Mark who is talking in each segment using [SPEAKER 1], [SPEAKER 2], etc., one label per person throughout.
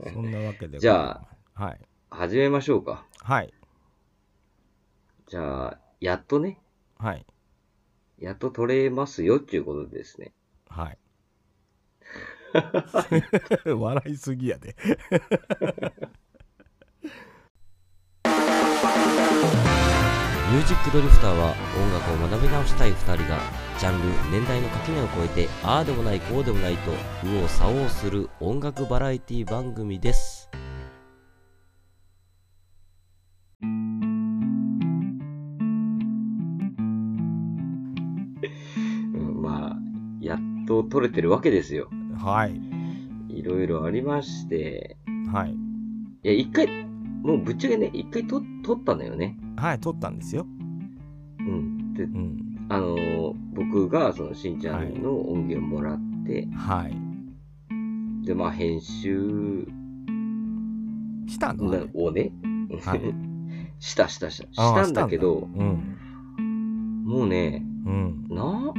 [SPEAKER 1] そんなわけで。
[SPEAKER 2] じゃ
[SPEAKER 1] あ。はい。
[SPEAKER 2] 始めましょうか。
[SPEAKER 1] はい。
[SPEAKER 2] じゃあ、やっとね、
[SPEAKER 1] はい。
[SPEAKER 2] やっと取れますよっていうことですね。
[SPEAKER 1] はい。笑いすぎやで。
[SPEAKER 3] ミュージックドリフターは音楽を学び直したい2人がジャンル年代の垣根を越えてああでもないこうでもないと右往左往する音楽バラエティ番組 です
[SPEAKER 2] うん、まあ、やっと取れてるわけですよ。
[SPEAKER 1] はい。
[SPEAKER 2] いろいろありまして。
[SPEAKER 1] はい。
[SPEAKER 2] いや、一回、もうぶっちゃけね、一回と取ったのよね。
[SPEAKER 1] はい、撮ったんですよ。
[SPEAKER 2] うん。で
[SPEAKER 1] う、ん。
[SPEAKER 2] あのー僕が、その、しんちゃんの音源もらって、
[SPEAKER 1] はい。
[SPEAKER 2] で、まあ、編集
[SPEAKER 1] したのあれ
[SPEAKER 2] なをね、
[SPEAKER 1] はい
[SPEAKER 2] したしたした。し
[SPEAKER 1] あー
[SPEAKER 2] たんだけど、
[SPEAKER 1] うん。
[SPEAKER 2] もうね、
[SPEAKER 1] うん。
[SPEAKER 2] な、ん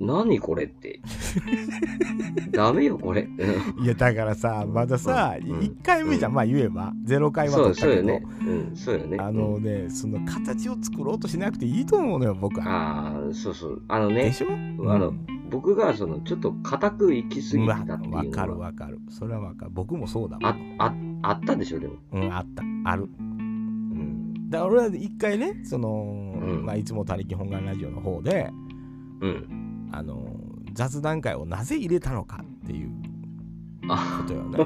[SPEAKER 2] 何こ れって。ダメよ、これ。うん
[SPEAKER 1] いや、だからさ、まださ、
[SPEAKER 2] うん
[SPEAKER 1] 1回目じゃん、
[SPEAKER 2] うん
[SPEAKER 1] まあ言えば。0回は
[SPEAKER 2] そ
[SPEAKER 1] 撮
[SPEAKER 2] う、
[SPEAKER 1] った
[SPEAKER 2] そう
[SPEAKER 1] け
[SPEAKER 2] よ
[SPEAKER 1] ど。
[SPEAKER 2] ね。うん、そうよね。
[SPEAKER 1] あ
[SPEAKER 2] う
[SPEAKER 1] の
[SPEAKER 2] ん
[SPEAKER 1] ね、その形を作ろうとしなくていいと思うのよ、僕は。
[SPEAKER 2] ああ、そうそう。あの
[SPEAKER 1] で
[SPEAKER 2] ね、
[SPEAKER 1] しょあ
[SPEAKER 2] あの僕が、その、ちょっと硬く行き過ぎてたって
[SPEAKER 1] わ
[SPEAKER 2] いう
[SPEAKER 1] かる
[SPEAKER 2] のは、
[SPEAKER 1] わかる。それはわかる。僕もそうだも
[SPEAKER 2] あ
[SPEAKER 1] ん。、
[SPEAKER 2] あ、あったでしょ、でも。
[SPEAKER 1] うん、あった。ある。
[SPEAKER 2] うん。
[SPEAKER 1] だから俺は一回ね、その、
[SPEAKER 2] うん
[SPEAKER 1] まあ、いつも他力本願ラジオの方で、
[SPEAKER 2] うん。
[SPEAKER 1] あの、雑談会をなぜ入れたのかっていうこ
[SPEAKER 2] あ、
[SPEAKER 1] とよね。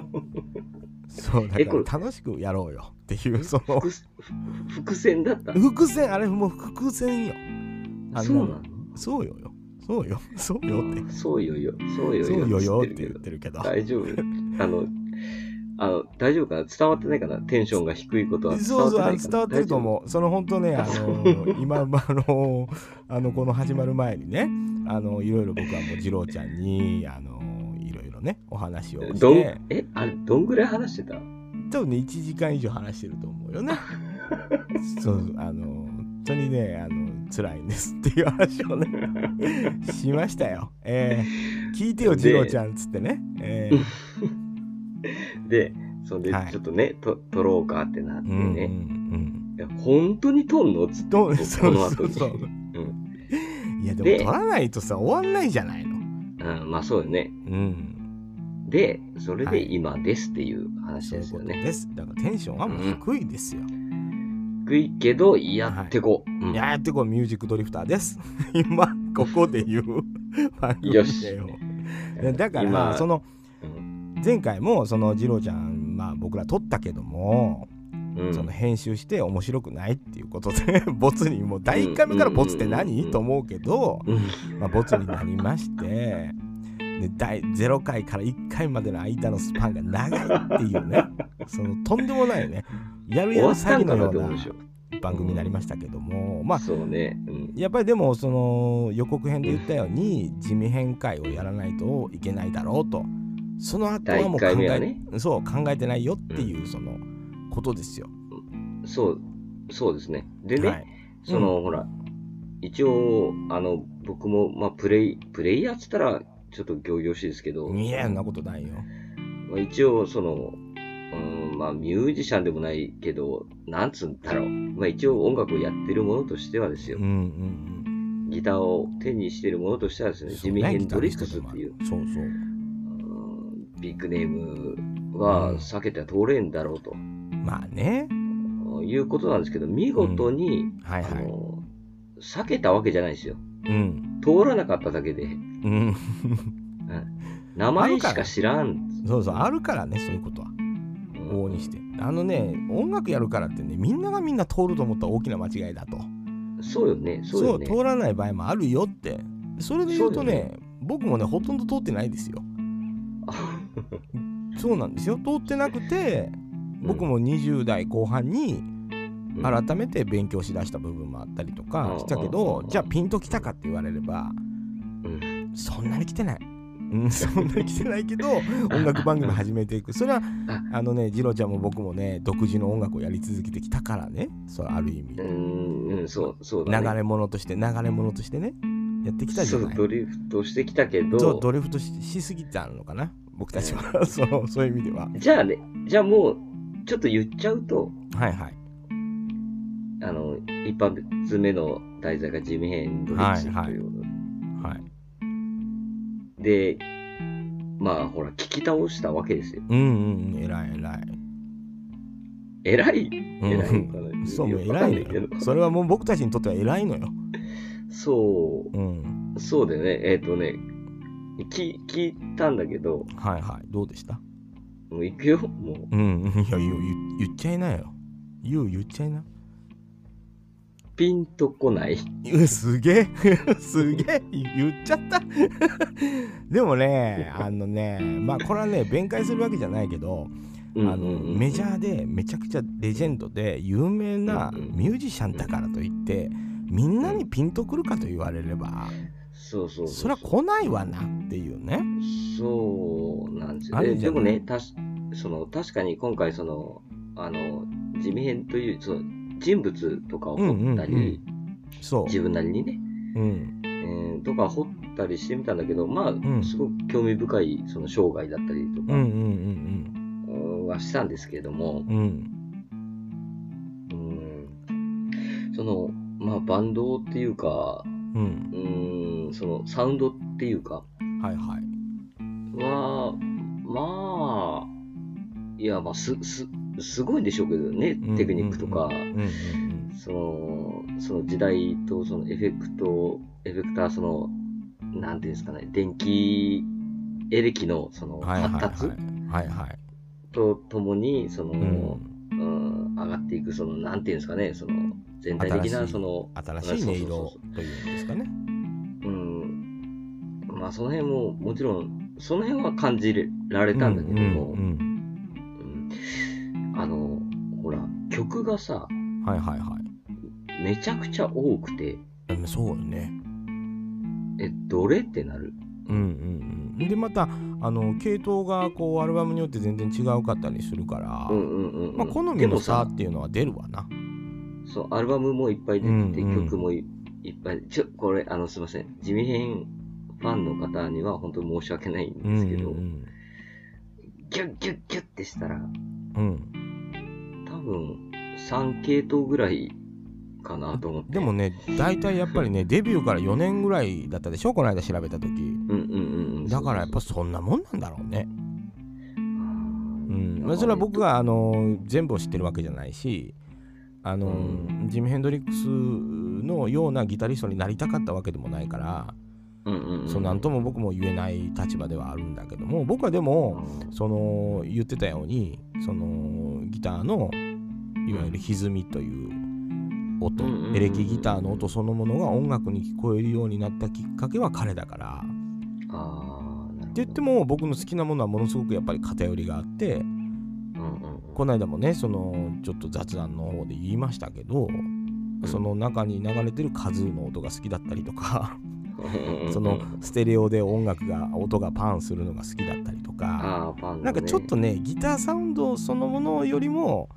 [SPEAKER 1] そう、だ
[SPEAKER 2] え
[SPEAKER 1] か
[SPEAKER 2] これ
[SPEAKER 1] ら楽しくやろうよっていう、その、
[SPEAKER 2] 伏伏線だった。
[SPEAKER 1] 伏線、あれもう伏線よ。あ
[SPEAKER 2] そうなの
[SPEAKER 1] そうよよ。そうよ。そうよって。
[SPEAKER 2] そうよよ。そうよ
[SPEAKER 1] そ
[SPEAKER 2] よ。
[SPEAKER 1] うよよって
[SPEAKER 2] つ
[SPEAKER 1] 言っ
[SPEAKER 2] るけど
[SPEAKER 1] てるけど。
[SPEAKER 2] 大丈夫あの、あの、大丈夫かな伝わってないかなテンションが低いことは伝
[SPEAKER 1] そ
[SPEAKER 2] わ
[SPEAKER 1] う
[SPEAKER 2] って
[SPEAKER 1] そう、
[SPEAKER 2] な
[SPEAKER 1] あ
[SPEAKER 2] い
[SPEAKER 1] の
[SPEAKER 2] かな
[SPEAKER 1] 伝わってると
[SPEAKER 2] う。
[SPEAKER 1] 思う。その本当ね、あの 今、まああの、あの、この始まる前にね、あの、いろいろ僕はもう、次郎ちゃんに、あの、いろいろね、お話を
[SPEAKER 2] 大
[SPEAKER 1] し
[SPEAKER 2] 丈夫どん
[SPEAKER 1] て、
[SPEAKER 2] え、あれ、どんぐらい話してた
[SPEAKER 1] 多分ね、1時間以上話してると思う よね。そう、あの、本当にね、あの、辛いんですっていう話をね、 しましたよ。えー聞いてよ、
[SPEAKER 2] で
[SPEAKER 1] 次郎ちゃんっつってね。えー
[SPEAKER 2] で、そんで
[SPEAKER 1] は、い
[SPEAKER 2] ちょっとね、と撮ろうかってなって
[SPEAKER 1] うんうんう
[SPEAKER 2] ね。
[SPEAKER 1] ん
[SPEAKER 2] いや本当に撮んのつって、
[SPEAKER 1] ど
[SPEAKER 2] こ
[SPEAKER 1] うそう
[SPEAKER 2] の
[SPEAKER 1] そ
[SPEAKER 2] 後
[SPEAKER 1] う
[SPEAKER 2] に。。
[SPEAKER 1] そううんいやでも
[SPEAKER 2] で
[SPEAKER 1] 取らないとさ終わんないじゃないの。
[SPEAKER 2] うんまあ、そうよね。
[SPEAKER 1] うん。
[SPEAKER 2] で、それ
[SPEAKER 1] は
[SPEAKER 2] で
[SPEAKER 1] い
[SPEAKER 2] 今ですっていう話
[SPEAKER 1] そうい
[SPEAKER 2] で
[SPEAKER 1] う
[SPEAKER 2] す
[SPEAKER 1] ことです。だ
[SPEAKER 2] よね。
[SPEAKER 1] からテンションはもう低いですよ。
[SPEAKER 2] 低いけど、やってこう。うん
[SPEAKER 1] やーってこうミュージックドリフターです。今ここで言う番組
[SPEAKER 2] よし
[SPEAKER 1] だよ。だからそ
[SPEAKER 2] の、
[SPEAKER 1] の
[SPEAKER 2] うん
[SPEAKER 1] 前回もその次郎ちゃんまあ僕ら撮ったけども、
[SPEAKER 2] うん
[SPEAKER 1] その編集して面白くないっていうことで ボツにもう第1回目からボツって
[SPEAKER 2] うんうんうんう
[SPEAKER 1] 何
[SPEAKER 2] ん
[SPEAKER 1] と思うけど。
[SPEAKER 2] うん
[SPEAKER 1] まあ、ボツになりまして、で第0回から1回までの間のスパンが長いっていう ね、そのとんでもないね、やる
[SPEAKER 2] 終
[SPEAKER 1] やる
[SPEAKER 2] わった
[SPEAKER 1] 詐欺
[SPEAKER 2] ん
[SPEAKER 1] の
[SPEAKER 2] かな
[SPEAKER 1] よ
[SPEAKER 2] って
[SPEAKER 1] う
[SPEAKER 2] 思うでしょ
[SPEAKER 1] な。番組になりましたけども、まあ、
[SPEAKER 2] そうね。うん
[SPEAKER 1] やっぱりでも、その予告編で言ったように、地味変会をやらないといけないだろうと、その後はもう考
[SPEAKER 2] 第一回目
[SPEAKER 1] え,、
[SPEAKER 2] はね
[SPEAKER 1] そう考えてないよっていう、そのことですよ。
[SPEAKER 2] そう、そうですね。でね、
[SPEAKER 1] はい、
[SPEAKER 2] その、ほら、一応、あの、僕も、まあ、プレイ、プレイヤーっつったら、ちょっと行々しいですけど、
[SPEAKER 1] いや、そんなことないよ。
[SPEAKER 2] まあ、一応、その、うん、まあ、ミュージシャンでもないけど、なんつうんだろう。まあ、一応、音楽をやってるものとしてはですよ
[SPEAKER 1] うんう。ん
[SPEAKER 2] ギターを手にしてるものとしてはです
[SPEAKER 1] うん。
[SPEAKER 2] ね、
[SPEAKER 1] そ
[SPEAKER 2] ジ
[SPEAKER 1] う
[SPEAKER 2] ミ
[SPEAKER 1] ね
[SPEAKER 2] ヘン
[SPEAKER 1] ギタ
[SPEAKER 2] ド
[SPEAKER 1] リ
[SPEAKER 2] リ
[SPEAKER 1] ス
[SPEAKER 2] ック
[SPEAKER 1] ト
[SPEAKER 2] ス
[SPEAKER 1] で
[SPEAKER 2] っ
[SPEAKER 1] もあ
[SPEAKER 2] てい
[SPEAKER 1] る
[SPEAKER 2] う、
[SPEAKER 1] そうそう。
[SPEAKER 2] うんビッグネームは避けては通れんだろうと、
[SPEAKER 1] まあね。
[SPEAKER 2] いうことなんですけど、見事に、
[SPEAKER 1] はい
[SPEAKER 2] あ
[SPEAKER 1] はい。
[SPEAKER 2] の、避けたわけじゃないですよ。
[SPEAKER 1] うん。
[SPEAKER 2] 通らなかっただけで、
[SPEAKER 1] うん。
[SPEAKER 2] 名前しか知らん。
[SPEAKER 1] そうそう、あるからね、そういうことは。往々にして。あのね、音楽やるからってね、みんながみんな通ると思ったら大きな間違いだと。
[SPEAKER 2] そうよね、そう
[SPEAKER 1] そ
[SPEAKER 2] よ
[SPEAKER 1] う、
[SPEAKER 2] ね。
[SPEAKER 1] 通らない場合もあるよって。それで言うと
[SPEAKER 2] そうだよ
[SPEAKER 1] ね、僕もね、ほとんど通ってないです よ。そうなんですよ。通ってなくて、僕も20代後半に
[SPEAKER 2] うん
[SPEAKER 1] 改めて勉強しだした部分もあったりと
[SPEAKER 2] う
[SPEAKER 1] か
[SPEAKER 2] ん
[SPEAKER 1] したけ
[SPEAKER 2] う
[SPEAKER 1] ど
[SPEAKER 2] ん、
[SPEAKER 1] じゃあピンときたかって言われれば、
[SPEAKER 2] うん
[SPEAKER 1] そんなに来てない。うん、そんなに来てないけど音楽番組始めていくそれはあのね次郎ちゃんも僕もね独自の音楽をやり続けてきたからねそれある意味、
[SPEAKER 2] うーん、うん、そう、そうだ、ね。
[SPEAKER 1] 流れ物として流れ物としてねやってきたじゃない
[SPEAKER 2] そう、ドリフトしてきたけ
[SPEAKER 1] そう
[SPEAKER 2] ど、
[SPEAKER 1] ドリフトししすぎたのかな僕たちは そうそういう意味では
[SPEAKER 2] じゃあね、じゃあもう、ちょっと言っちゃうと、
[SPEAKER 1] はいはい
[SPEAKER 2] あの、一発目の題材がジミヘンドリッチ
[SPEAKER 1] はいはい
[SPEAKER 2] ということで
[SPEAKER 1] はい
[SPEAKER 2] で、まあほら、聞き倒したわけですよ。
[SPEAKER 1] うんうんうん偉い偉い
[SPEAKER 2] 偉い、
[SPEAKER 1] うん
[SPEAKER 2] 偉いのかな。
[SPEAKER 1] そうもう
[SPEAKER 2] よくわ
[SPEAKER 1] 偉
[SPEAKER 2] かん
[SPEAKER 1] い
[SPEAKER 2] ない
[SPEAKER 1] の
[SPEAKER 2] け
[SPEAKER 1] よ
[SPEAKER 2] ど。
[SPEAKER 1] それはもう僕たちにとっては偉いのよ
[SPEAKER 2] そ
[SPEAKER 1] うん
[SPEAKER 2] う、そうでね、えっ、とね、聞聞いたんだけど、
[SPEAKER 1] はいはいどうでした
[SPEAKER 2] もう行くよ、も
[SPEAKER 1] う
[SPEAKER 2] う。
[SPEAKER 1] んいや言う言う言っちゃいなよ言う言っちゃいな
[SPEAKER 2] ピンとこない。
[SPEAKER 1] うすげえ すげえ言っちゃった でもねあのねまあこれはね弁解するわけじゃないけど
[SPEAKER 2] うん
[SPEAKER 1] あのメジャーでめちゃくちゃレジェンドで有名な
[SPEAKER 2] うんうん
[SPEAKER 1] ミュージシャンだからといってみんなにピンとくるかと言われれば
[SPEAKER 2] そうそう
[SPEAKER 1] そり
[SPEAKER 2] う
[SPEAKER 1] ゃ来ないわなっていうね
[SPEAKER 2] そうなんですよ
[SPEAKER 1] ある
[SPEAKER 2] ね。
[SPEAKER 1] んじ
[SPEAKER 2] で
[SPEAKER 1] ゃな
[SPEAKER 2] も
[SPEAKER 1] い
[SPEAKER 2] ね、たしその確かに今回その、あの、地味編というその人物とかを掘ったり、
[SPEAKER 1] うんうんそ
[SPEAKER 2] 自分なりにね、
[SPEAKER 1] う、うん、
[SPEAKER 2] えーとか掘ったりしてみたんだけど、まあ、
[SPEAKER 1] ん
[SPEAKER 2] すごく興味深いその生涯だったりと
[SPEAKER 1] う
[SPEAKER 2] か
[SPEAKER 1] んうんうん
[SPEAKER 2] うんはしたんですけれども、
[SPEAKER 1] うんうん
[SPEAKER 2] うんその、まあ、バンドっていうか、
[SPEAKER 1] うん
[SPEAKER 2] うん、そのサウンドっていうか、
[SPEAKER 1] はいはい
[SPEAKER 2] は、まあ、いや、まあ、す、す、すごいんでしょうけどね
[SPEAKER 1] うん、
[SPEAKER 2] テクニックとか、
[SPEAKER 1] うんうんうん
[SPEAKER 2] その、その時代と、そのエフェクト、エフェクター、その、なんていうんですかね、電気、エレキの、その、
[SPEAKER 1] はいはい
[SPEAKER 2] 発達
[SPEAKER 1] はいはいはい
[SPEAKER 2] とともに、その、
[SPEAKER 1] うん
[SPEAKER 2] うん上がっていく、その、なんていうんですかね、その、全体的
[SPEAKER 1] 新
[SPEAKER 2] な、
[SPEAKER 1] しい
[SPEAKER 2] その、
[SPEAKER 1] 新しい音色というんですかね
[SPEAKER 2] うん、まあ、その辺も、もちろん、その辺は感じられたんだけども、
[SPEAKER 1] うんうん
[SPEAKER 2] うんあの、ほら、曲がさ、
[SPEAKER 1] うんはいはいはい
[SPEAKER 2] めちゃくちゃ多くて、
[SPEAKER 1] でもそうよね
[SPEAKER 2] え、どれってなる。
[SPEAKER 1] うんうんうんでまたあの系統がこうアルバムによって全然違うかったりするから、
[SPEAKER 2] うんうんうんうん。
[SPEAKER 1] まあ、好
[SPEAKER 2] で
[SPEAKER 1] み
[SPEAKER 2] も
[SPEAKER 1] の差
[SPEAKER 2] さ、
[SPEAKER 1] っていうのは出るわな。
[SPEAKER 2] そう、アルバムもいっぱい出てて、
[SPEAKER 1] うんうん
[SPEAKER 2] 曲もいいっぱい、ちょ、これ、あの、すいません。地味編ファンの方には本当に申し訳ないんですけど、
[SPEAKER 1] うん
[SPEAKER 2] ギュッギュッギュッってしたら、
[SPEAKER 1] うんうん
[SPEAKER 2] 多分、3系統ぐらいかなと思って。
[SPEAKER 1] でもね大体やっぱりねデビューから4年ぐらいだったでしょこの間調べた時
[SPEAKER 2] うんうんうんうん。
[SPEAKER 1] だからやっぱ
[SPEAKER 2] そう
[SPEAKER 1] そんなもんなんだろうね、
[SPEAKER 2] そう
[SPEAKER 1] う
[SPEAKER 2] そ
[SPEAKER 1] んまあ、それは僕があの全部を知ってるわけじゃないしあの、
[SPEAKER 2] うん
[SPEAKER 1] ジム・ヘンドリックスのようなギタリストになりたかったわけでもないから、
[SPEAKER 2] う。うんうんうん。
[SPEAKER 1] そうなんとも僕も言えない立場ではあるんだけども僕はでも、
[SPEAKER 2] うん
[SPEAKER 1] その言ってたようにそのギターのいわゆる歪みという音、
[SPEAKER 2] うんうんうんうん
[SPEAKER 1] エレキギターの音そのものが音楽に聞こえるようになったきっかけは彼だから。
[SPEAKER 2] ああ、なるほど。
[SPEAKER 1] って言っても僕の好きなものはものすごくやっぱり偏りがあって
[SPEAKER 2] うんうんうん。
[SPEAKER 1] この間もねそのちょっと雑談の方で言いましたけど。その中に流れてるカズーの音が好きだったりとかそのステレオで音楽が音がパンするのが好きだったりとか
[SPEAKER 2] あーパン、ね、
[SPEAKER 1] なんかちょっとねギターサウンドそのものよりも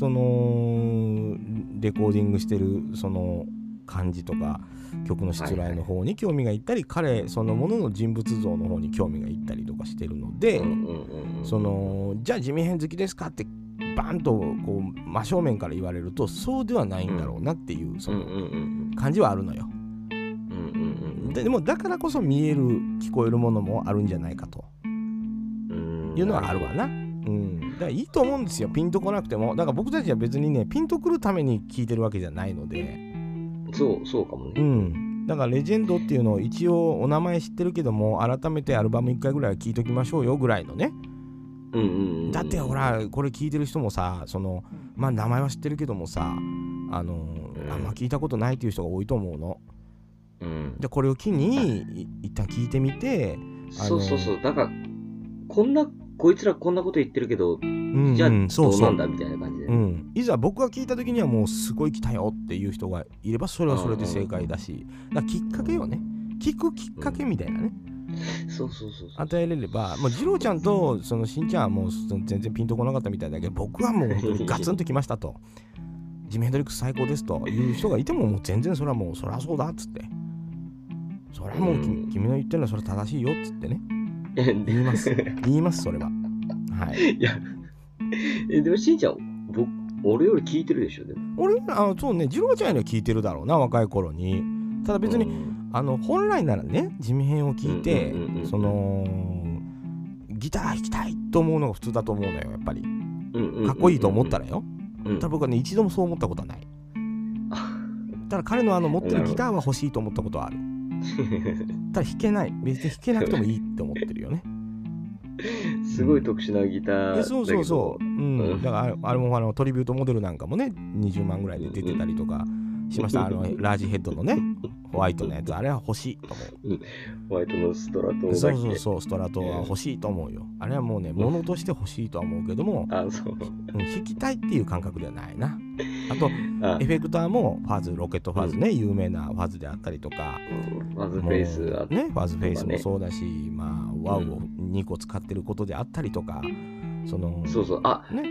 [SPEAKER 1] そのレコーディングしてるその感じとか曲の失礼の方に興味がいったり、彼そのものの人物像の方に興味がいったりとかしてるので、
[SPEAKER 2] うんうんうんうん
[SPEAKER 1] そのじゃあ地味編好きですかってバンとこう真正面から言われるとそうではないんだろうなっていう
[SPEAKER 2] う
[SPEAKER 1] そ
[SPEAKER 2] んうん
[SPEAKER 1] の
[SPEAKER 2] うん
[SPEAKER 1] 感じはあるのよ。
[SPEAKER 2] うんうんうん
[SPEAKER 1] ででもだからこそ見える聞こえるものもあるんじゃないかと。
[SPEAKER 2] うん
[SPEAKER 1] いうのはあるわな。うん、だからいいと思うんですよピンとこなくてもだから僕たちは別にねピンとくるために聞いてるわけじゃないので、
[SPEAKER 2] そうそうかも
[SPEAKER 1] う
[SPEAKER 2] ね、
[SPEAKER 1] ん、だからレジェンドっていうのを一応お名前知ってるけども改めてアルバム1回ぐらいは聞いときましょうよぐらいのね
[SPEAKER 2] うんうんうん、
[SPEAKER 1] だってほらこれ聞いてる人もさそのまあ名前は知ってるけどもさあのあんま聞いたことないっていう人が多いと思うの
[SPEAKER 2] うん、
[SPEAKER 1] でこれを機にい一旦聞いてみて、
[SPEAKER 2] そうそうそうだからこんなこいつらこんなこと言ってるけど
[SPEAKER 1] うん
[SPEAKER 2] じゃあ
[SPEAKER 1] うん
[SPEAKER 2] どうなんだみたいな感じで、
[SPEAKER 1] うん、いざ僕が聞いた時にはもうすごい来たよっていう人がいればそれはそれで正解だしだからきっかけをね聞くきっかけみたいなね
[SPEAKER 2] そうそうそうそう
[SPEAKER 1] 与えれればもう二郎ちゃんとそのしんちゃんはもうその全然ピンとこなかったみたいだけど僕はもう本当にガツンときましたと「ジム・ヘンドリックス最高です」という人がいてももう全然それはもうそりゃそうだっつってそれはもうき
[SPEAKER 2] うん
[SPEAKER 1] 君の言ってるのはそれは正しいよっつってね言い ます。言います、それは。はい。
[SPEAKER 2] いや、えでも しんちゃん、僕、俺より聞いてるでしょ、でも。
[SPEAKER 1] 俺、あの、そうね、次郎ちゃんよりは聞いてるだろうな、若い頃に。ただ別に、
[SPEAKER 2] うん
[SPEAKER 1] あの、本来ならね、地味編を聞いて
[SPEAKER 2] うんうんうんう、ん
[SPEAKER 1] その、ギター弾きたいと思うのが普通だと思うのよ、やっぱり。かっこいいと思った
[SPEAKER 2] ら。
[SPEAKER 1] らよ。
[SPEAKER 2] うん
[SPEAKER 1] ただ僕はね、一度もそう思ったことはない。ただ彼のあの、持ってるギターは欲しいと思ったことはある。ただ弾けない。別に弾けなくてもいいって思ってるよね。
[SPEAKER 2] すごい特殊なギターだけ
[SPEAKER 1] え
[SPEAKER 2] ど。
[SPEAKER 1] そうそうそう、う、
[SPEAKER 2] うんん
[SPEAKER 1] だからあれあれもあのトリビュートモデルなんかもね20万ぐらいで出てたりとかし ましたあのラージヘッドのねホワイトのやつあれは欲しいと思
[SPEAKER 2] ホワイトのストラト
[SPEAKER 1] う
[SPEAKER 2] が
[SPEAKER 1] そうそうそうストラトは欲しいと思うよあれはもうね物として欲しいとは思うけども、
[SPEAKER 2] あ、そ
[SPEAKER 1] う
[SPEAKER 2] う。
[SPEAKER 1] ん、弾きたいっていう感覚ではないなあと
[SPEAKER 2] あ
[SPEAKER 1] エ、フェクターもファズロケットファズね有名なファズであったりとか
[SPEAKER 2] まずフェイス
[SPEAKER 1] も
[SPEAKER 2] は
[SPEAKER 1] うねファズフェイス
[SPEAKER 2] とか
[SPEAKER 1] も
[SPEAKER 2] ね
[SPEAKER 1] そうだし、まあワウを2個使ってることであったりとかその
[SPEAKER 2] そうそう。あ、
[SPEAKER 1] ね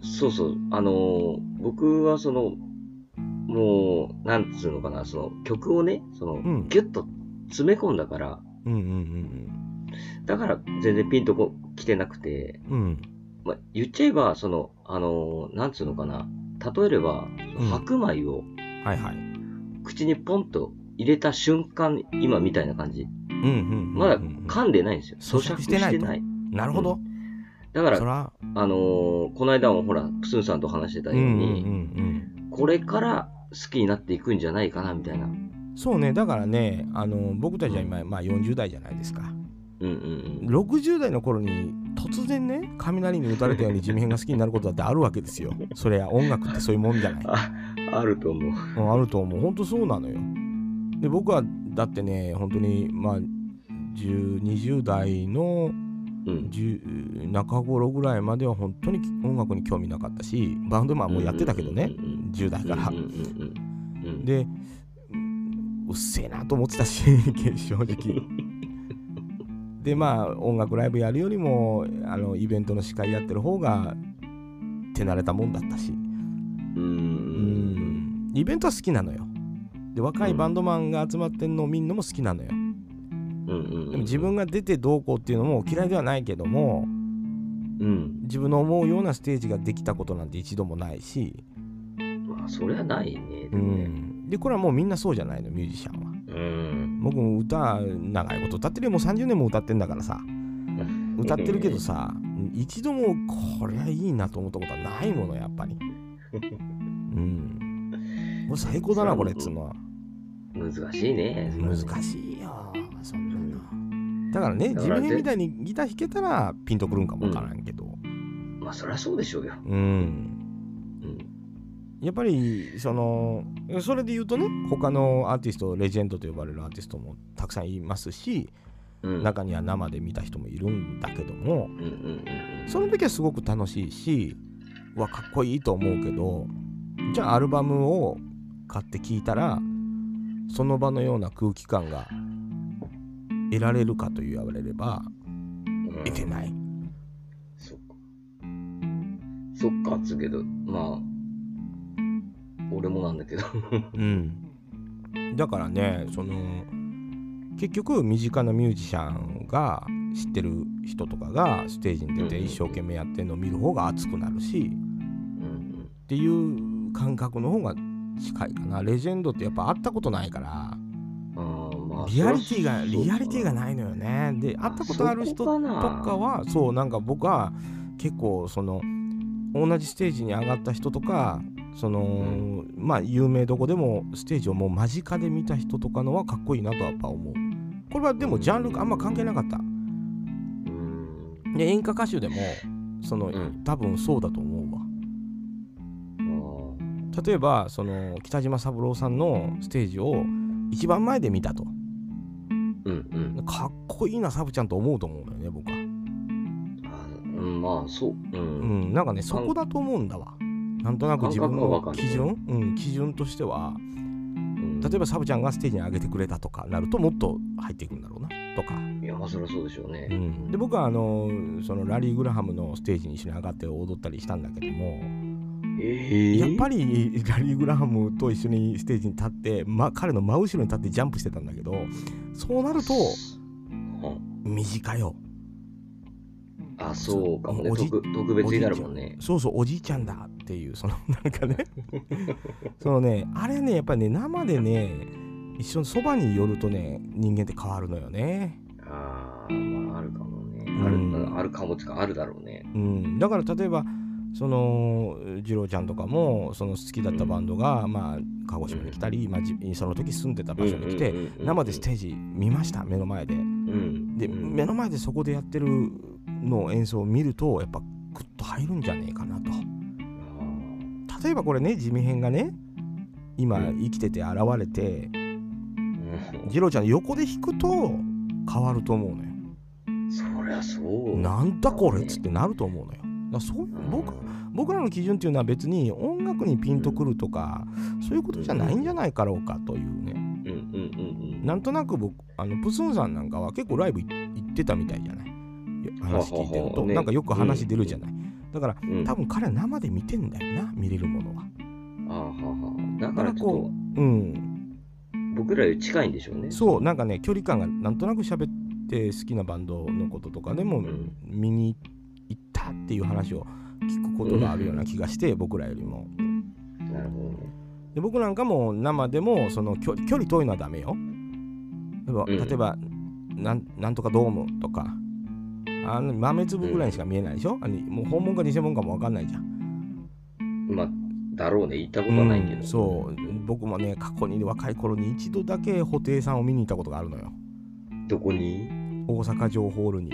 [SPEAKER 2] そうそう。あのー僕はその、もう、なんつうのかな、その曲をね、その、
[SPEAKER 1] ん
[SPEAKER 2] ギュッと詰め込んだから、
[SPEAKER 1] うんうん
[SPEAKER 2] だから全然ピンとこ来てなくて、
[SPEAKER 1] うんうんうん
[SPEAKER 2] まあ、言っちゃえば、その、あのーなんつうのかな、例えれば、
[SPEAKER 1] うん
[SPEAKER 2] 白米を
[SPEAKER 1] はいはい
[SPEAKER 2] 口にポンと入れた瞬間、今みたいな感じ。
[SPEAKER 1] うんうんうんうん
[SPEAKER 2] まだ噛んでないんですよ。
[SPEAKER 1] 咀嚼
[SPEAKER 2] 咀嚼
[SPEAKER 1] し
[SPEAKER 2] してて
[SPEAKER 1] ないと
[SPEAKER 2] ない。
[SPEAKER 1] なるほど、
[SPEAKER 2] だか
[SPEAKER 1] そ
[SPEAKER 2] ら、
[SPEAKER 1] ら
[SPEAKER 2] あのーこの間もほら、プスンさんと話してた
[SPEAKER 1] う
[SPEAKER 2] よ
[SPEAKER 1] ん
[SPEAKER 2] う
[SPEAKER 1] う
[SPEAKER 2] に、
[SPEAKER 1] んうん
[SPEAKER 2] これから好きになっていくんじゃないかな、みたいな。うん
[SPEAKER 1] うんそうねだからねあの僕たちは今、まあ、40代じゃないですか
[SPEAKER 2] うんうん。
[SPEAKER 1] 60代の頃に突然ね雷に打たれたように地味編が好きになることだってあるわけですよそりゃ音楽ってそういうもんじゃない
[SPEAKER 2] あ、あると思う。
[SPEAKER 1] うんあると思う本当そうなのよで僕はだってね本当にまあ10 20代の
[SPEAKER 2] うん。
[SPEAKER 1] 10中頃ぐらいまでは本当に音楽に興味なかったしバンドマンもやってたけどね
[SPEAKER 2] うんうんうん
[SPEAKER 1] 10代から
[SPEAKER 2] うんうんうんうん。
[SPEAKER 1] でうんうっせえなと思ってたし正直でまあ音楽ライブやるよりもあのイベントの司会やってる方が手慣れたもんだったし
[SPEAKER 2] うんうん
[SPEAKER 1] イベントは好きなのよで若いバンドマンが集まってんのを見んのも好きなのよ
[SPEAKER 2] うんうんうん。
[SPEAKER 1] でも自分が出てどうこうっていうのも嫌いではないけども
[SPEAKER 2] うん。
[SPEAKER 1] 自分の思うようなステージができたことなんて一度もないし、
[SPEAKER 2] まあ、そりゃないね。
[SPEAKER 1] う
[SPEAKER 2] でもね
[SPEAKER 1] ん、でこれはもうみんなそうじゃないのミュージシャンは
[SPEAKER 2] うん。
[SPEAKER 1] 僕も歌長いこと歌ってるよもう30年も歌ってんだからさ歌ってるけどさ一度もこれはいいなと思ったことはないものやっ ぱりうんこれ最高だなこれっつうのは
[SPEAKER 2] 難しいね。
[SPEAKER 1] 難しいよそんなのだからね
[SPEAKER 2] だ
[SPEAKER 1] 自
[SPEAKER 2] から
[SPEAKER 1] 分みたいにギター弾けたらピンとくるんかもわからんけど
[SPEAKER 2] まあ、そりゃそうでしょうよ。
[SPEAKER 1] うん
[SPEAKER 2] うん。
[SPEAKER 1] やっぱりそのそれで言うとね他のアーティストレジェンドと呼ばれるアーティストもたくさんいますし
[SPEAKER 2] うん。
[SPEAKER 1] 中には生で見た人もいるんだけども
[SPEAKER 2] うんうんうんうん。
[SPEAKER 1] その時はすごく楽しいしうわかっこいいと思うけどじゃあアルバムを買って聴いたらその場のような空気感が得られるかと言われれば
[SPEAKER 2] うん
[SPEAKER 1] 得てない。
[SPEAKER 2] そっか。そっかっつうけど、まあ、俺もなんだけど。
[SPEAKER 1] うん、だからねその結局身近なミュージシャンが知ってる人とかがステージに出て
[SPEAKER 2] うんうんうん
[SPEAKER 1] 一生懸命やってるのを見る方が熱くなるし
[SPEAKER 2] うん
[SPEAKER 1] っていう感覚の方が近いかなレジェンドってやっぱ会ったことないから
[SPEAKER 2] うん。あーまあ、
[SPEAKER 1] リアリティが
[SPEAKER 2] そりゃそう
[SPEAKER 1] リアリティが
[SPEAKER 2] か
[SPEAKER 1] ないのよねで会ったことある人
[SPEAKER 2] そ
[SPEAKER 1] と
[SPEAKER 2] こか
[SPEAKER 1] か
[SPEAKER 2] な
[SPEAKER 1] はそうなんか僕は結構その同じステージに上がった人とかその、
[SPEAKER 2] ん
[SPEAKER 1] まあ有名どこでもステージをもう間近で見た人とかのはかっこいいなとはやっぱ思うこれはでもジャンルがあんま関係なかった
[SPEAKER 2] うん。
[SPEAKER 1] で演歌歌手でもその、
[SPEAKER 2] うん
[SPEAKER 1] 多分そうだと思うわ
[SPEAKER 2] あ
[SPEAKER 1] 例えばその北島三郎さんのステージを一番前で見たと
[SPEAKER 2] ーうん
[SPEAKER 1] かっこいいなサブちゃんと思うと思うのよね僕は
[SPEAKER 2] うん。あーうんまあ、そう。う。
[SPEAKER 1] うんん、なんかねそこだと思うんだわなんとなく自分
[SPEAKER 2] 感覚はわ
[SPEAKER 1] の
[SPEAKER 2] かる
[SPEAKER 1] 基準、うん、基準としては
[SPEAKER 2] うん
[SPEAKER 1] 例えばサブちゃんがステージに上げてくれたとかなるともっと入っていくんだろうなとか、
[SPEAKER 2] いや、まあ、そりゃそうでしょうね。
[SPEAKER 1] で僕はあのそのラリー・グラハムのステージに一緒に上がって踊ったりしたんだけども
[SPEAKER 2] ええ
[SPEAKER 1] やっぱ
[SPEAKER 2] り。
[SPEAKER 1] りラリー・グラハムと一緒にステージに立って、ま、彼の真後ろに立ってジャンプしてたんだけどそうなると
[SPEAKER 2] うん
[SPEAKER 1] 身近よ
[SPEAKER 2] あ、そうかもね。
[SPEAKER 1] おじ
[SPEAKER 2] 特特別になるもんね。
[SPEAKER 1] そうそうおじいちゃんだっていうその なんかねそのねあれねやっぱりね生でね一緒にそばに寄るとね人間って変わるのよね、
[SPEAKER 2] ああ、まあ、あるかもね。ある、
[SPEAKER 1] うん
[SPEAKER 2] あるかもつか、あるだろうね。
[SPEAKER 1] うん、だから例えばその二郎ちゃんとかもその好きだったバンドが、まあ、鹿児島に来たり、まあ、じその時住んでた場所に来て、
[SPEAKER 2] うんうんうんうん
[SPEAKER 1] 生でステージ見ました目の前で
[SPEAKER 2] うん。
[SPEAKER 1] で、
[SPEAKER 2] うん
[SPEAKER 1] 目の前でそこでやってるのを演奏を見るとやっぱグッと入るんじゃねえかなと。
[SPEAKER 2] あ
[SPEAKER 1] 例えばこれね地味編がね今
[SPEAKER 2] うん
[SPEAKER 1] 生きてて現れて
[SPEAKER 2] ーうん
[SPEAKER 1] 次郎ちゃんの横で弾くと変わると思うのよ。
[SPEAKER 2] そりゃそう。
[SPEAKER 1] なんだこれっ
[SPEAKER 2] ね
[SPEAKER 1] つってなると思うのよ。だからそういう
[SPEAKER 2] うん
[SPEAKER 1] 僕僕らの基準っていうのは別に音楽にピンとくるとかそういうことじゃないんじゃないかろうかというね
[SPEAKER 2] うんうんうん
[SPEAKER 1] なんとなく僕あのプスンさんなんかは結構ライブい行ってたみたいじゃないよ話聞いてる
[SPEAKER 2] はは
[SPEAKER 1] と
[SPEAKER 2] はね
[SPEAKER 1] なんかよく話出るじゃないだから
[SPEAKER 2] うん。うん。
[SPEAKER 1] 多分彼は生で見てんだよな見れるものは
[SPEAKER 2] あーははだからちょっと
[SPEAKER 1] うん
[SPEAKER 2] 僕らより近いんでしょうね。
[SPEAKER 1] そうなんかね距離感がなんとなく喋って好きなバンドのこととかでも
[SPEAKER 2] ん
[SPEAKER 1] 見に行ったっていう話を聞くことがあるような気がして僕らよりも
[SPEAKER 2] なるほどね。
[SPEAKER 1] で僕なんかも生でもその距距離遠いのはダメよ例えば,、
[SPEAKER 2] うん
[SPEAKER 1] 例えばなんなんとかドームとかあの豆粒ぐらいにしか見えないでしょ、あのもう本物か偽物かも分かんないじゃん、
[SPEAKER 2] まあ、だろうね。行ったことはないけど。
[SPEAKER 1] うんそう僕もね過去に若い頃に一度だけ布袋さんを見に行ったことがあるのよ
[SPEAKER 2] どこに
[SPEAKER 1] 大阪城ホールに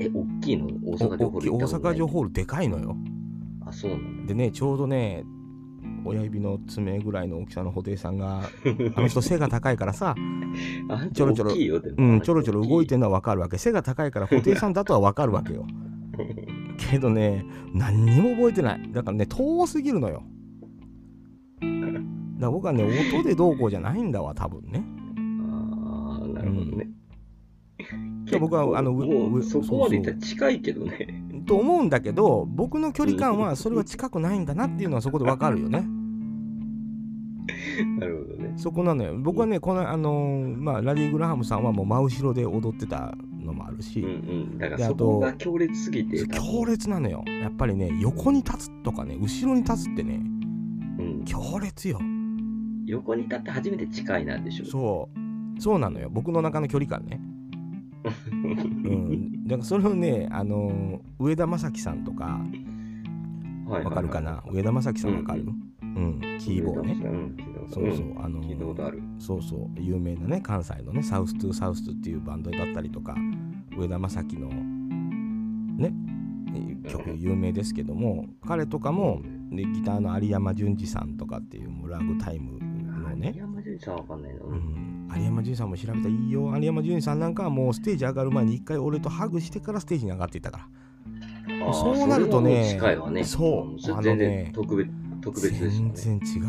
[SPEAKER 2] え、大きいの大
[SPEAKER 1] お
[SPEAKER 2] 阪城ホール行
[SPEAKER 1] 大
[SPEAKER 2] ったことない
[SPEAKER 1] 阪城ホールでかいのよ
[SPEAKER 2] あ、そうなんだ。
[SPEAKER 1] でねちょうどね親指の爪ぐらいの大きさの布袋さん があの人背が高いからさ、
[SPEAKER 2] あ
[SPEAKER 1] ちょろちょろ
[SPEAKER 2] 大きいよでも
[SPEAKER 1] うん、ちょろちょろ動いてるのは分かるわけ背が高いから布袋さんだとは分かるわ けよけどね何にも覚えてないだからね遠すぎるのよだから僕はね音でどうこうじゃないんだわ多分ね
[SPEAKER 2] ああ、なるほどね。
[SPEAKER 1] じゃあ僕はあのう
[SPEAKER 2] も
[SPEAKER 1] う
[SPEAKER 2] うそこまでいったら近いけどね。
[SPEAKER 1] と思うんだけど僕の距離感はそれは近くないんだなっていうのはそこで分かるよね
[SPEAKER 2] なるほどね。
[SPEAKER 1] そこなのよ僕はねこのあのーまあラディ・グラハムさんはもう真後ろで踊ってたのもあるし、
[SPEAKER 2] うんうん。だか
[SPEAKER 1] で
[SPEAKER 2] ら
[SPEAKER 1] あと
[SPEAKER 2] そこが強烈すぎて。
[SPEAKER 1] 強。烈なのよやっぱりね横に立つとかね後ろに立つってね
[SPEAKER 2] うん。
[SPEAKER 1] 強烈よ
[SPEAKER 2] 横に立って初めて近いなんでしょ。
[SPEAKER 1] そうそうなのよ僕の中の距離 感ねうんだからそれをねあのー上田正樹さんとか
[SPEAKER 2] はいはいはい
[SPEAKER 1] わかるかな上田正樹さんわかるうん、キーボーね
[SPEAKER 2] うん、
[SPEAKER 1] そうそう、あのー
[SPEAKER 2] 聞いたことある。
[SPEAKER 1] そうそう有名なね関西のねサウス・トゥ・サウスっていうバンドだったりとか上田正樹のね曲有名ですけども彼とかも、ね、ギターの有山淳二さんとかっていうもうラグタイムのね、
[SPEAKER 2] 山淳さんわかんないな。う
[SPEAKER 1] うんん、有山淳二さんも調べたらいいよ有山淳二さんなんかはもうステージ上がる前に一回俺とハグしてからステージに上がっていったから
[SPEAKER 2] あー
[SPEAKER 1] そうなるとね
[SPEAKER 2] それはもう近いわね。
[SPEAKER 1] そう
[SPEAKER 2] も
[SPEAKER 1] あのね
[SPEAKER 2] 全然特別、特別ですよ
[SPEAKER 1] 全
[SPEAKER 2] ね。
[SPEAKER 1] 然違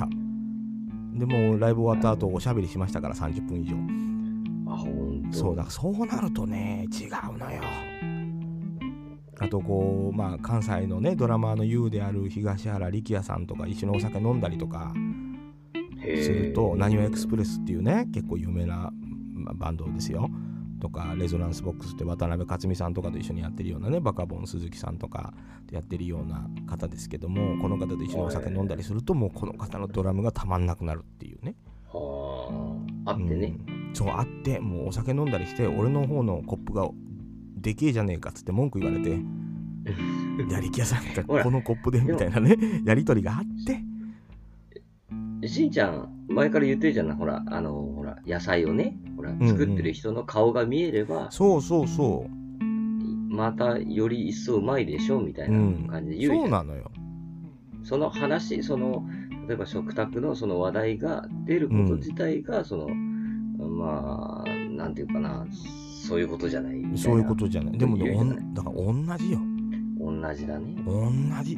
[SPEAKER 1] うでもうライブ終わった後おしゃべりしましたから30分以上
[SPEAKER 2] あ、ほんと。
[SPEAKER 1] そうだそうなるとね違うのよあとこうまあ関西のねドラマーの U である東原力也さんとか一緒にお酒飲んだりとか
[SPEAKER 2] へー
[SPEAKER 1] すると「なにわエクスプレス」っていうね結構有名なまあバンドですよとか「レゾナンスボックス」って渡辺克実さんとかと一緒にやってるようなねバカボン鈴木さんとかとやってるような方ですけどもこの方と一緒にお酒飲んだりするともうこの方のドラムがたまんなくなるっていうね
[SPEAKER 2] はあ。あってね。
[SPEAKER 1] うんそうあってもうお酒飲んだりして俺の方のコップがでけえじゃねえかっつって文句言われ てやりきやさんが
[SPEAKER 2] ほら
[SPEAKER 1] このコップでみたいなねやり取りがあって
[SPEAKER 2] しんちゃん、前から言ってるじゃない。ほら、あの、ほら、野菜をね、ほら
[SPEAKER 1] んうん、
[SPEAKER 2] 作ってる人の顔が見えれば、
[SPEAKER 1] そうそうそ、
[SPEAKER 2] またより一層うまいでしょ、みたいう
[SPEAKER 1] う、
[SPEAKER 2] なん感じで言うじゃん
[SPEAKER 1] そうなのよ
[SPEAKER 2] その話、その、例えば食卓のその話題が出るこ
[SPEAKER 1] うん
[SPEAKER 2] と自体が、その、まあ、なんていうかな、そういうことじゃないみたいな。
[SPEAKER 1] そういうことじゃないでもね
[SPEAKER 2] 言
[SPEAKER 1] お
[SPEAKER 2] うじゃない
[SPEAKER 1] んだから同じよ
[SPEAKER 2] 同じだね。
[SPEAKER 1] 同じ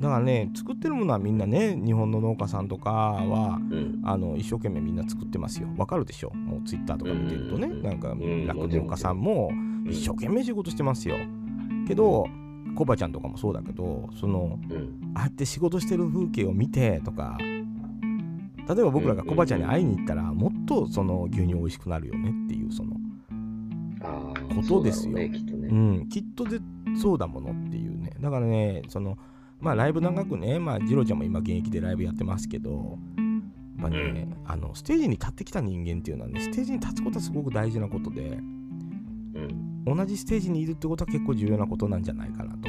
[SPEAKER 1] だからね作ってるものはみんなね日本の農家さんとかは
[SPEAKER 2] うん。
[SPEAKER 1] あの一生懸命みんな作ってますよわかるでしょもうツイッターとか見てるとね
[SPEAKER 2] うんうんうん
[SPEAKER 1] なんか
[SPEAKER 2] ん
[SPEAKER 1] 酪農家さんも
[SPEAKER 2] うん
[SPEAKER 1] 一生懸命仕事してますよけどコバちゃんとかもそうだけどその
[SPEAKER 2] うん。
[SPEAKER 1] ああやって仕事してる風景を見てとか例えば僕らがコバちゃんに会いに行ったらもっとその牛乳美味しくなるよねっていうそのことですよ。
[SPEAKER 2] そうだろうね、きっと
[SPEAKER 1] う
[SPEAKER 2] ね。
[SPEAKER 1] ん、きっとでそうだものっていうねだからねそのまあライブ長くねまあジロちゃんも今現役でライブやってますけどまあね、あのステージに立ってきた人間っていうのはねステージに立つことはすごく大事なことで
[SPEAKER 2] うん。
[SPEAKER 1] 同じステージにいるってことは結構重要なことなんじゃないかなと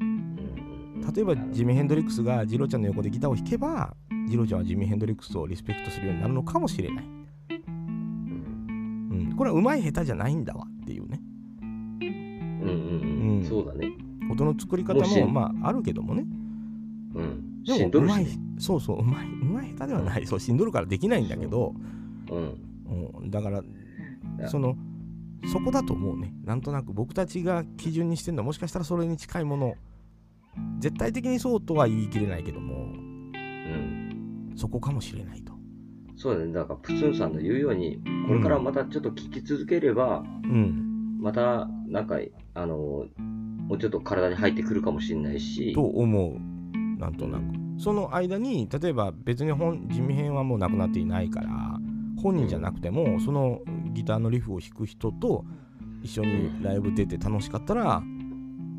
[SPEAKER 2] うん
[SPEAKER 1] 例えばジミー・ヘンドリックスがジロちゃんの横でギターを弾けばジロちゃんはジミー・ヘンドリックスをリスペクトするようになるのかもしれない、
[SPEAKER 2] うん
[SPEAKER 1] うん、これは上手い下手じゃないんだわっていうね
[SPEAKER 2] うんうん
[SPEAKER 1] う
[SPEAKER 2] うんん。そうだね。
[SPEAKER 1] 音の作り方
[SPEAKER 2] もし
[SPEAKER 1] もまああるけどもね
[SPEAKER 2] うん。
[SPEAKER 1] で
[SPEAKER 2] し
[SPEAKER 1] も
[SPEAKER 2] んど
[SPEAKER 1] う
[SPEAKER 2] る
[SPEAKER 1] ま
[SPEAKER 2] し
[SPEAKER 1] い
[SPEAKER 2] ね。
[SPEAKER 1] そうそううまいうまい下手ではないそうしんどるからできないんだけど、
[SPEAKER 2] うん。
[SPEAKER 1] うん、だから
[SPEAKER 2] や
[SPEAKER 1] そのそこだと思うねなんとなく僕たちが基準にしてるのはもしかしたらそれに近いもの絶対的にそうとは言い切れないけども
[SPEAKER 2] うん。
[SPEAKER 1] そこかもしれないと、
[SPEAKER 2] そうだね。だから、プスンさんの言うように、これからまたちょっと聞き続ければ、
[SPEAKER 1] うん、
[SPEAKER 2] また、なんか、あの、もうちょっと体に入ってくるかもしれないし
[SPEAKER 1] と、思うなんとなくその間に例えば別に本地味編はもうなくなっていないから本人じゃなくてもそのギターのリフを弾く人と一緒にライブ出て楽しかったら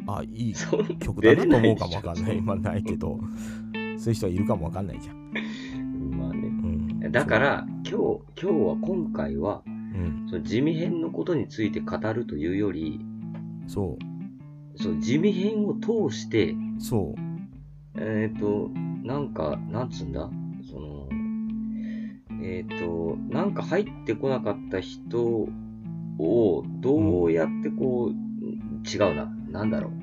[SPEAKER 1] あいい
[SPEAKER 2] そう
[SPEAKER 1] 曲だなと思うかもわかん
[SPEAKER 2] 出
[SPEAKER 1] ない。
[SPEAKER 2] れでしょ
[SPEAKER 1] 今ないけど、そういう人はいるかもわかんないじゃん。
[SPEAKER 2] まあね。
[SPEAKER 1] うん、
[SPEAKER 2] だから、今日、今日は、今回は、
[SPEAKER 1] うん、
[SPEAKER 2] その地味編のことについて語るというより、
[SPEAKER 1] そ
[SPEAKER 2] その地味編を通して、
[SPEAKER 1] う、そう、
[SPEAKER 2] えっ、と、なんか、なんつうんだ、その、えっ、と、なんか入ってこなかった人を、どうやってこう、違うな、なんだろう。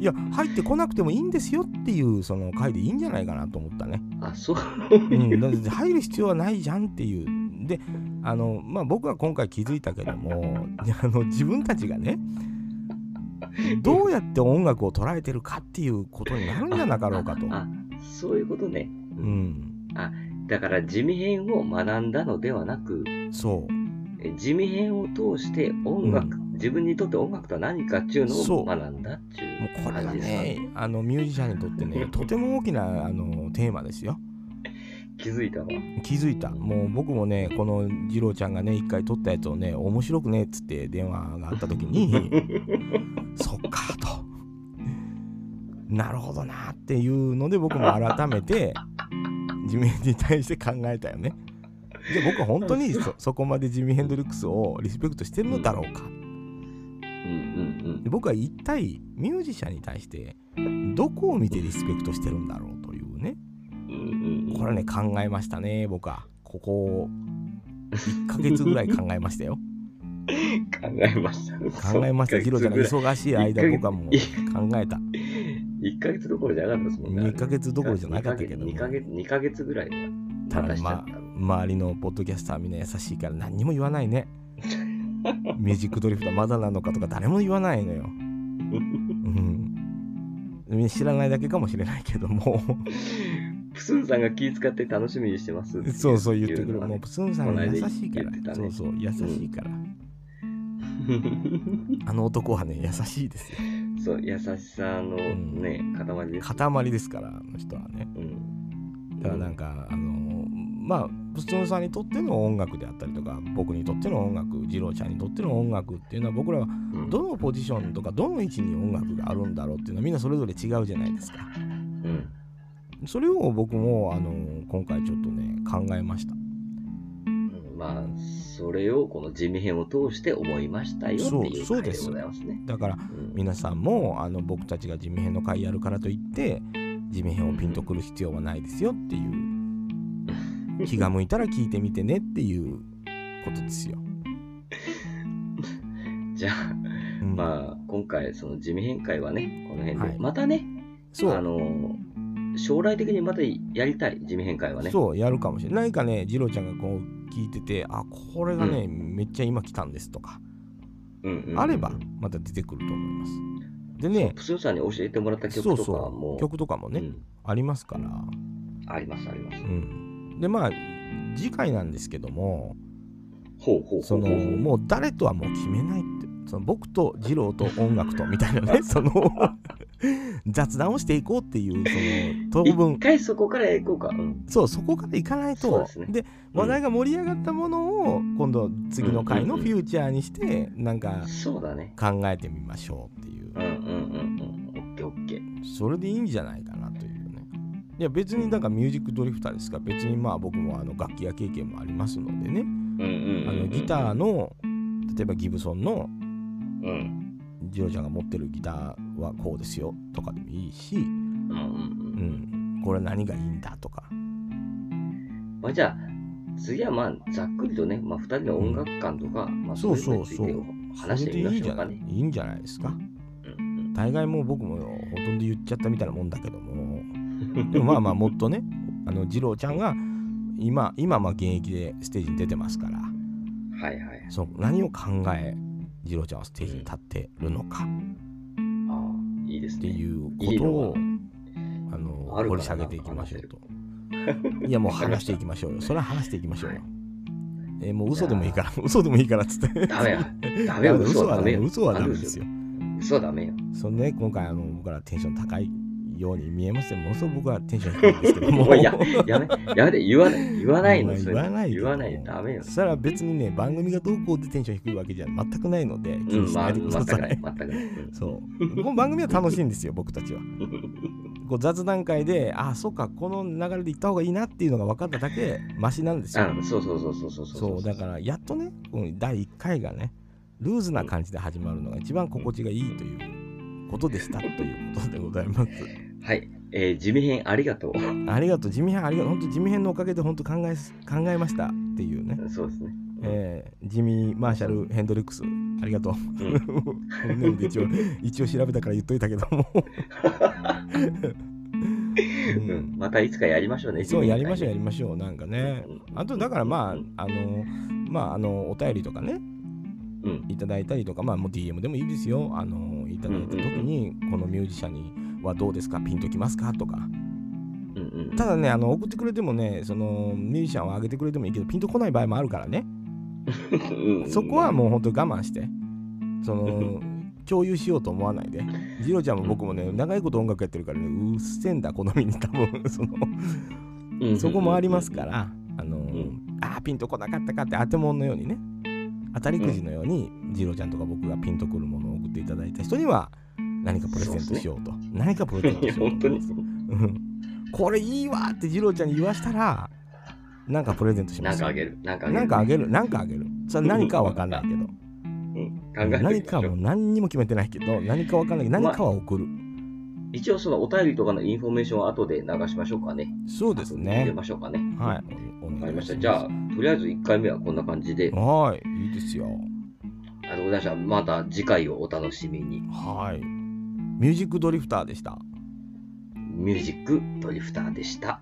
[SPEAKER 1] いや、入ってこなくてもいいんですよっていうその回でいいんじゃないかなと思ったね。
[SPEAKER 2] あ、そう。
[SPEAKER 1] うん、だって 入る必要はないじゃんっていう。で、あの、まあ、僕は今回気づいたけども、 あの自分たちがね、どうやって音楽を捉えてるかっていうことになるんじゃなかろうか と。
[SPEAKER 2] あ、そういうことね。
[SPEAKER 1] うん、
[SPEAKER 2] だから、地味編を学んだのではなく、
[SPEAKER 1] そう。
[SPEAKER 2] え地味編を通して音楽、自分にとって音楽とは何かっていうの
[SPEAKER 1] そ
[SPEAKER 2] を
[SPEAKER 1] う
[SPEAKER 2] 学んだってい
[SPEAKER 1] もうこ
[SPEAKER 2] う
[SPEAKER 1] れ
[SPEAKER 2] 感
[SPEAKER 1] は
[SPEAKER 2] じですかね。
[SPEAKER 1] ね、あのミュージシャンにとってね、とても大きなあのテーマですよ。
[SPEAKER 2] 気づいたわ。
[SPEAKER 1] 気づいたもう僕もねこの二郎ちゃんがね一回撮ったやつをね面白くねっつって電話があった時にそっかとなるほどなっていうので僕も改めて地味に対して考えたよねで僕は本当にそそこまでジミー・ヘンドリックスをリスペクトしてるのだろうか
[SPEAKER 2] うんうん
[SPEAKER 1] で僕は一体ミュージシャンに対してどこを見てリスペクトしてるんだろうというね
[SPEAKER 2] うん。うんうん
[SPEAKER 1] これね考えましたね僕はここ1ヶ月ぐらい考えました よ
[SPEAKER 2] 考えました。
[SPEAKER 1] 考えま したヒロちゃんが
[SPEAKER 2] そう。
[SPEAKER 1] 忙しい間
[SPEAKER 2] 一ヶ月
[SPEAKER 1] 僕はもう
[SPEAKER 2] い
[SPEAKER 1] 考えた
[SPEAKER 2] 1ヶ月どころじゃなかったですもんね。
[SPEAKER 1] 2ヶ月どころじゃなかったけど
[SPEAKER 2] 2ヶ月、2ヶ月ぐらい
[SPEAKER 1] ただ
[SPEAKER 2] しちゃ
[SPEAKER 1] ま
[SPEAKER 2] っ
[SPEAKER 1] あ
[SPEAKER 2] たの。
[SPEAKER 1] 周りのポッドキャスターみんな優しいから何にも言わない ねミュージックドリフトまだなのかとか誰も言わないのよ、うん、みんな知らないだけかもしれないけど も
[SPEAKER 2] プスンさんが気遣って楽しみにしてますってい
[SPEAKER 1] そうそう言ってくる
[SPEAKER 2] のは
[SPEAKER 1] もう
[SPEAKER 2] ね
[SPEAKER 1] プスンさんが優しいから、
[SPEAKER 2] この間言ってたね
[SPEAKER 1] そうそう優しいから、あの男はね優しいですよ
[SPEAKER 2] そう、優しさの
[SPEAKER 1] ん
[SPEAKER 2] ね、塊です。
[SPEAKER 1] 塊ですからあの人はね
[SPEAKER 2] うん。
[SPEAKER 1] だからなんか、あのまあプツンさんにとっての音楽であったりとか僕にとっての音楽二郎ちゃんにとっての音楽っていうのは僕らは
[SPEAKER 2] うん、
[SPEAKER 1] どのポジションとかどの位置に音楽があるんだろうっていうのはみんなそれぞれ違うじゃないですか
[SPEAKER 2] うん。
[SPEAKER 1] それを僕も、あの今回ちょっとね考えました
[SPEAKER 2] うんまあ、それをこの地味編を通して思いましたよっていう
[SPEAKER 1] そうそう
[SPEAKER 2] 回
[SPEAKER 1] で
[SPEAKER 2] ですございますね。
[SPEAKER 1] だから
[SPEAKER 2] うん
[SPEAKER 1] 皆さんもあの僕たちが地味編の会やるからといって地味編をピンとくる必要はないですよっていう気が向いたら聞いてみてねっていうことですよ、
[SPEAKER 2] じゃあ、
[SPEAKER 1] うん
[SPEAKER 2] まあ、今回、その地味編会はね、この辺で、
[SPEAKER 1] はい
[SPEAKER 2] またね、
[SPEAKER 1] そう
[SPEAKER 2] あの将来的にまたやりたい地味変会はね
[SPEAKER 1] そうやるかもしれない何かね次郎ちゃんがこう聞いててあこれがね、めっちゃ今来たんですとか、
[SPEAKER 2] う、んうんうん
[SPEAKER 1] あればまた出てくると思いますでね
[SPEAKER 2] プスーさんに教えてもらった曲
[SPEAKER 1] そう
[SPEAKER 2] とかは
[SPEAKER 1] そ
[SPEAKER 2] も
[SPEAKER 1] う曲とかも
[SPEAKER 2] う
[SPEAKER 1] ね、
[SPEAKER 2] うん
[SPEAKER 1] ありますから、
[SPEAKER 2] ありますあります、
[SPEAKER 1] うん、でまあ次回なんですけども
[SPEAKER 2] ほうほうほう
[SPEAKER 1] そのもう 誰とはもう決めないってその僕と次郎と音楽とみたいなねその雑談をしていこうっていうその当
[SPEAKER 2] 一
[SPEAKER 1] 分
[SPEAKER 2] 回そこから行こうか。うん。
[SPEAKER 1] そうそこからいかない
[SPEAKER 2] そう
[SPEAKER 1] と
[SPEAKER 2] ですね
[SPEAKER 1] で話題が盛り上がったものを今度次の回のフューチャーにしてなんか
[SPEAKER 2] そうだね。
[SPEAKER 1] 考えてみましょうっていう
[SPEAKER 2] うんうんうんうん。オッケーオッケー。
[SPEAKER 1] それでいいんじゃないかなというねいや別にだからミュージックドリフターですから別にまあ僕もあの楽器や経験もありますのでね
[SPEAKER 2] うんうんうん、うん。
[SPEAKER 1] あのギターの例えばギブソンの
[SPEAKER 2] うん。
[SPEAKER 1] ジロちゃんが持ってるギターはこうですよとかでもいいし、う
[SPEAKER 2] うんうんうん。
[SPEAKER 1] ん、これ何がいいんだとか
[SPEAKER 2] まあじゃあ、次はまあ、ざっくりとね、まあ、2人の音楽観とか、まあ、
[SPEAKER 1] そう
[SPEAKER 2] いの
[SPEAKER 1] そう
[SPEAKER 2] につい
[SPEAKER 1] そう
[SPEAKER 2] てを話してみ
[SPEAKER 1] それでいい
[SPEAKER 2] ま
[SPEAKER 1] ん
[SPEAKER 2] し
[SPEAKER 1] じ
[SPEAKER 2] ょ
[SPEAKER 1] ゃ
[SPEAKER 2] う
[SPEAKER 1] な
[SPEAKER 2] か
[SPEAKER 1] い
[SPEAKER 2] ね。
[SPEAKER 1] いいんじゃないですか
[SPEAKER 2] うん
[SPEAKER 1] 大概もう僕もほとんど言っちゃったみたいなもんだけど もでもまあまあもっとねあの二郎ちゃんが今今まあ現役でステージに出てますから
[SPEAKER 2] うんはいはい。
[SPEAKER 1] そう何を考え二郎ちゃんはステージに立ってるのか
[SPEAKER 2] ああ、いいです
[SPEAKER 1] って
[SPEAKER 2] ね。
[SPEAKER 1] いうこ
[SPEAKER 2] いい
[SPEAKER 1] と
[SPEAKER 2] の
[SPEAKER 1] を
[SPEAKER 2] が
[SPEAKER 1] あの
[SPEAKER 2] ある
[SPEAKER 1] 掘
[SPEAKER 2] か
[SPEAKER 1] り下
[SPEAKER 2] らな
[SPEAKER 1] げていきましょうと。いやもう話していきま しょうよ。それは話していきましょうよ。えーもう嘘でもいいから、嘘でもいいからっつって。
[SPEAKER 2] ダメよ。ダメ
[SPEAKER 1] いや
[SPEAKER 2] よ。
[SPEAKER 1] 嘘
[SPEAKER 2] 嘘は
[SPEAKER 1] は
[SPEAKER 2] ダ
[SPEAKER 1] ダメ
[SPEAKER 2] メ
[SPEAKER 1] よ
[SPEAKER 2] よ。
[SPEAKER 1] 嘘はダメですよ。
[SPEAKER 2] 嘘はダメよ。
[SPEAKER 1] そんで、ね、今回あの僕らテンション高いように見えますけどものすごく僕はテンション低いんですけど も。
[SPEAKER 2] も うや、やめ、やめて、言わない、言わないの、
[SPEAKER 1] 言
[SPEAKER 2] それ
[SPEAKER 1] わないけ
[SPEAKER 2] 言
[SPEAKER 1] ど
[SPEAKER 2] わない、ダメよ
[SPEAKER 1] そ。したら別にね、番組がどうこうでテンション低いわけじゃ全くないので、気
[SPEAKER 2] う
[SPEAKER 1] に
[SPEAKER 2] ん、
[SPEAKER 1] し
[SPEAKER 2] ま
[SPEAKER 1] な
[SPEAKER 2] あ、
[SPEAKER 1] いで
[SPEAKER 2] 全
[SPEAKER 1] く
[SPEAKER 2] く
[SPEAKER 1] ださい。
[SPEAKER 2] ない、全くない。うん
[SPEAKER 1] そう。この番組は楽しいんですよ、僕たちは。こう雑談会で、ああ、そうか、この流れで行った方がいいなっていうのが分かっただけ、マシなんですよ。
[SPEAKER 2] あそうそうそうそうそう
[SPEAKER 1] そうだからやっとねこの第1回がねルーズな感じで始まるのが一番心地がいいということでしたということでございます。
[SPEAKER 2] はい、えー、地味編ありがとう。
[SPEAKER 1] ありがとう地味編ありがとう本当地味編のおかげで本当考えす考えましたっていうね、
[SPEAKER 2] そうですね。
[SPEAKER 1] えージミー・マーシャル・ヘンドリックスありがとう。
[SPEAKER 2] うん
[SPEAKER 1] この年で一応一応調べたから言っといたけども、う
[SPEAKER 2] うんん、またいつかやりましょうね。
[SPEAKER 1] そうやりましょうや
[SPEAKER 2] り
[SPEAKER 1] りましょうなんかね
[SPEAKER 2] うん
[SPEAKER 1] あとだからま
[SPEAKER 2] うん
[SPEAKER 1] ああのまああのお便りとかね
[SPEAKER 2] うん、
[SPEAKER 1] いただいたりとか、まあ、もう DM でもいいですよ。あのいただいた時に、このミュージシャンにはどうですかピンときますかとか。
[SPEAKER 2] うん、うん。
[SPEAKER 1] ただね、あの送ってくれてもね、そのミュージシャンを上げてくれてもいいけど、ピンとこない場合もあるからね。
[SPEAKER 2] うん
[SPEAKER 1] そこはもう本当に我慢して、そ の共有しようと思わないで。ジロちゃんも僕もね、長いこと音楽やってるからね、うっせんだ、好みに多分、その。
[SPEAKER 2] うん
[SPEAKER 1] そこもありますか。ら、あのー
[SPEAKER 2] ん
[SPEAKER 1] あーピンとこなかったかって当てもんのようにね当たりくじのように、ジローちゃんとか僕がピンとくるものを送っていただいた人には何かプレゼントしようと何かプレゼン
[SPEAKER 2] い
[SPEAKER 1] ト
[SPEAKER 2] や、
[SPEAKER 1] しよう
[SPEAKER 2] 本
[SPEAKER 1] と
[SPEAKER 2] 当に。
[SPEAKER 1] うんこれいいわってジローちゃんに言わしたら何かプレゼントしま
[SPEAKER 2] なん
[SPEAKER 1] す
[SPEAKER 2] かあ
[SPEAKER 1] よ
[SPEAKER 2] げる。なんか
[SPEAKER 1] なんかあげるなんかあげるそれは何かは分かんないけど
[SPEAKER 2] うん考えてみましょう
[SPEAKER 1] 何かもう何にも決めてないけど何か分かんないけど
[SPEAKER 2] まあ
[SPEAKER 1] 何かは送る、
[SPEAKER 2] 一応そのお便りとかのインフォメーションは後で流しましょうかね。
[SPEAKER 1] そうです
[SPEAKER 2] 入れ
[SPEAKER 1] ね
[SPEAKER 2] ましょうかね。
[SPEAKER 1] は
[SPEAKER 2] わ
[SPEAKER 1] いおお
[SPEAKER 2] か
[SPEAKER 1] 願
[SPEAKER 2] り
[SPEAKER 1] い
[SPEAKER 2] ま
[SPEAKER 1] し
[SPEAKER 2] した。じゃあ、とりあえず1回目はこんな感じで、あり
[SPEAKER 1] はいいいですよ
[SPEAKER 2] がとうございました。また次回をお楽しみに。
[SPEAKER 1] はい。ミュージックドリフターでした。
[SPEAKER 2] ミュージックドリフターでした。